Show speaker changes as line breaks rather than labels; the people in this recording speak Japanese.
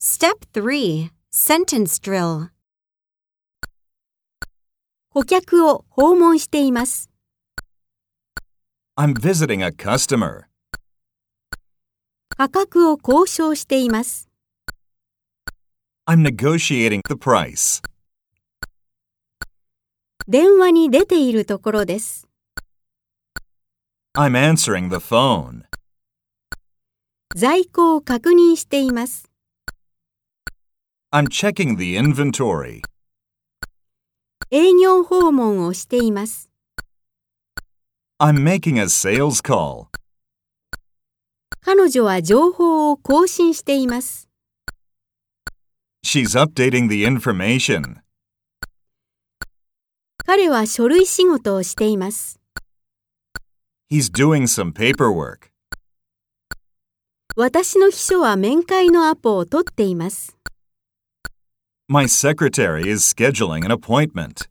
Step 3 Sentence Drill 顧客を訪問しています。
I'm visiting a customer.
価格を交渉しています。
I'm negotiating the price.
電話に出ているところです。
I'm answering the phone.
在庫を確認しています。
I'm checking the inventory.
営業訪問をしています。
I'm making a sales call.
彼女は情報を更新しています。
She's updating the information.
彼は書類仕事をしています。
He's doing some paperwork.
私の秘書は面会のアポを取っています。
My secretary is scheduling an appointment.